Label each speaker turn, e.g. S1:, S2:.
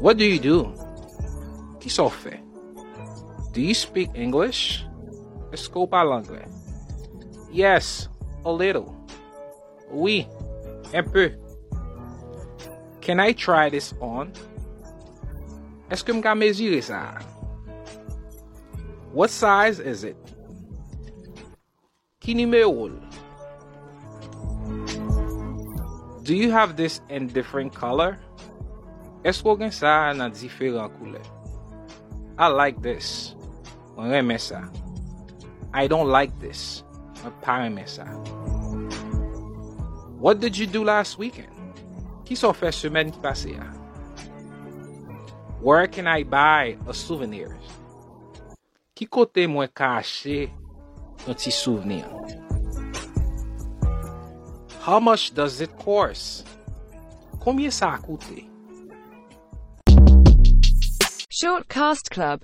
S1: What do you do? Ki so fe? Do you speak English? Esko pal anglais? Yes, a little. Oui, un peu. Can I try this on? Eske m ka mezire sa? What size is it? Ki numero l? Do you have this in different color? Esko gen sa nan diferan koule? I like this. Mwen reme sa. I don't like this. Mwen pa reme sa. What did you do last weekend? Ki so fe semen ki pase ya? Where can I buy a souvenir? Ki kote mwen ka ache yon ti souvenir? How much does it cost? Koumye sa a koute?
S2: Shortcast Club.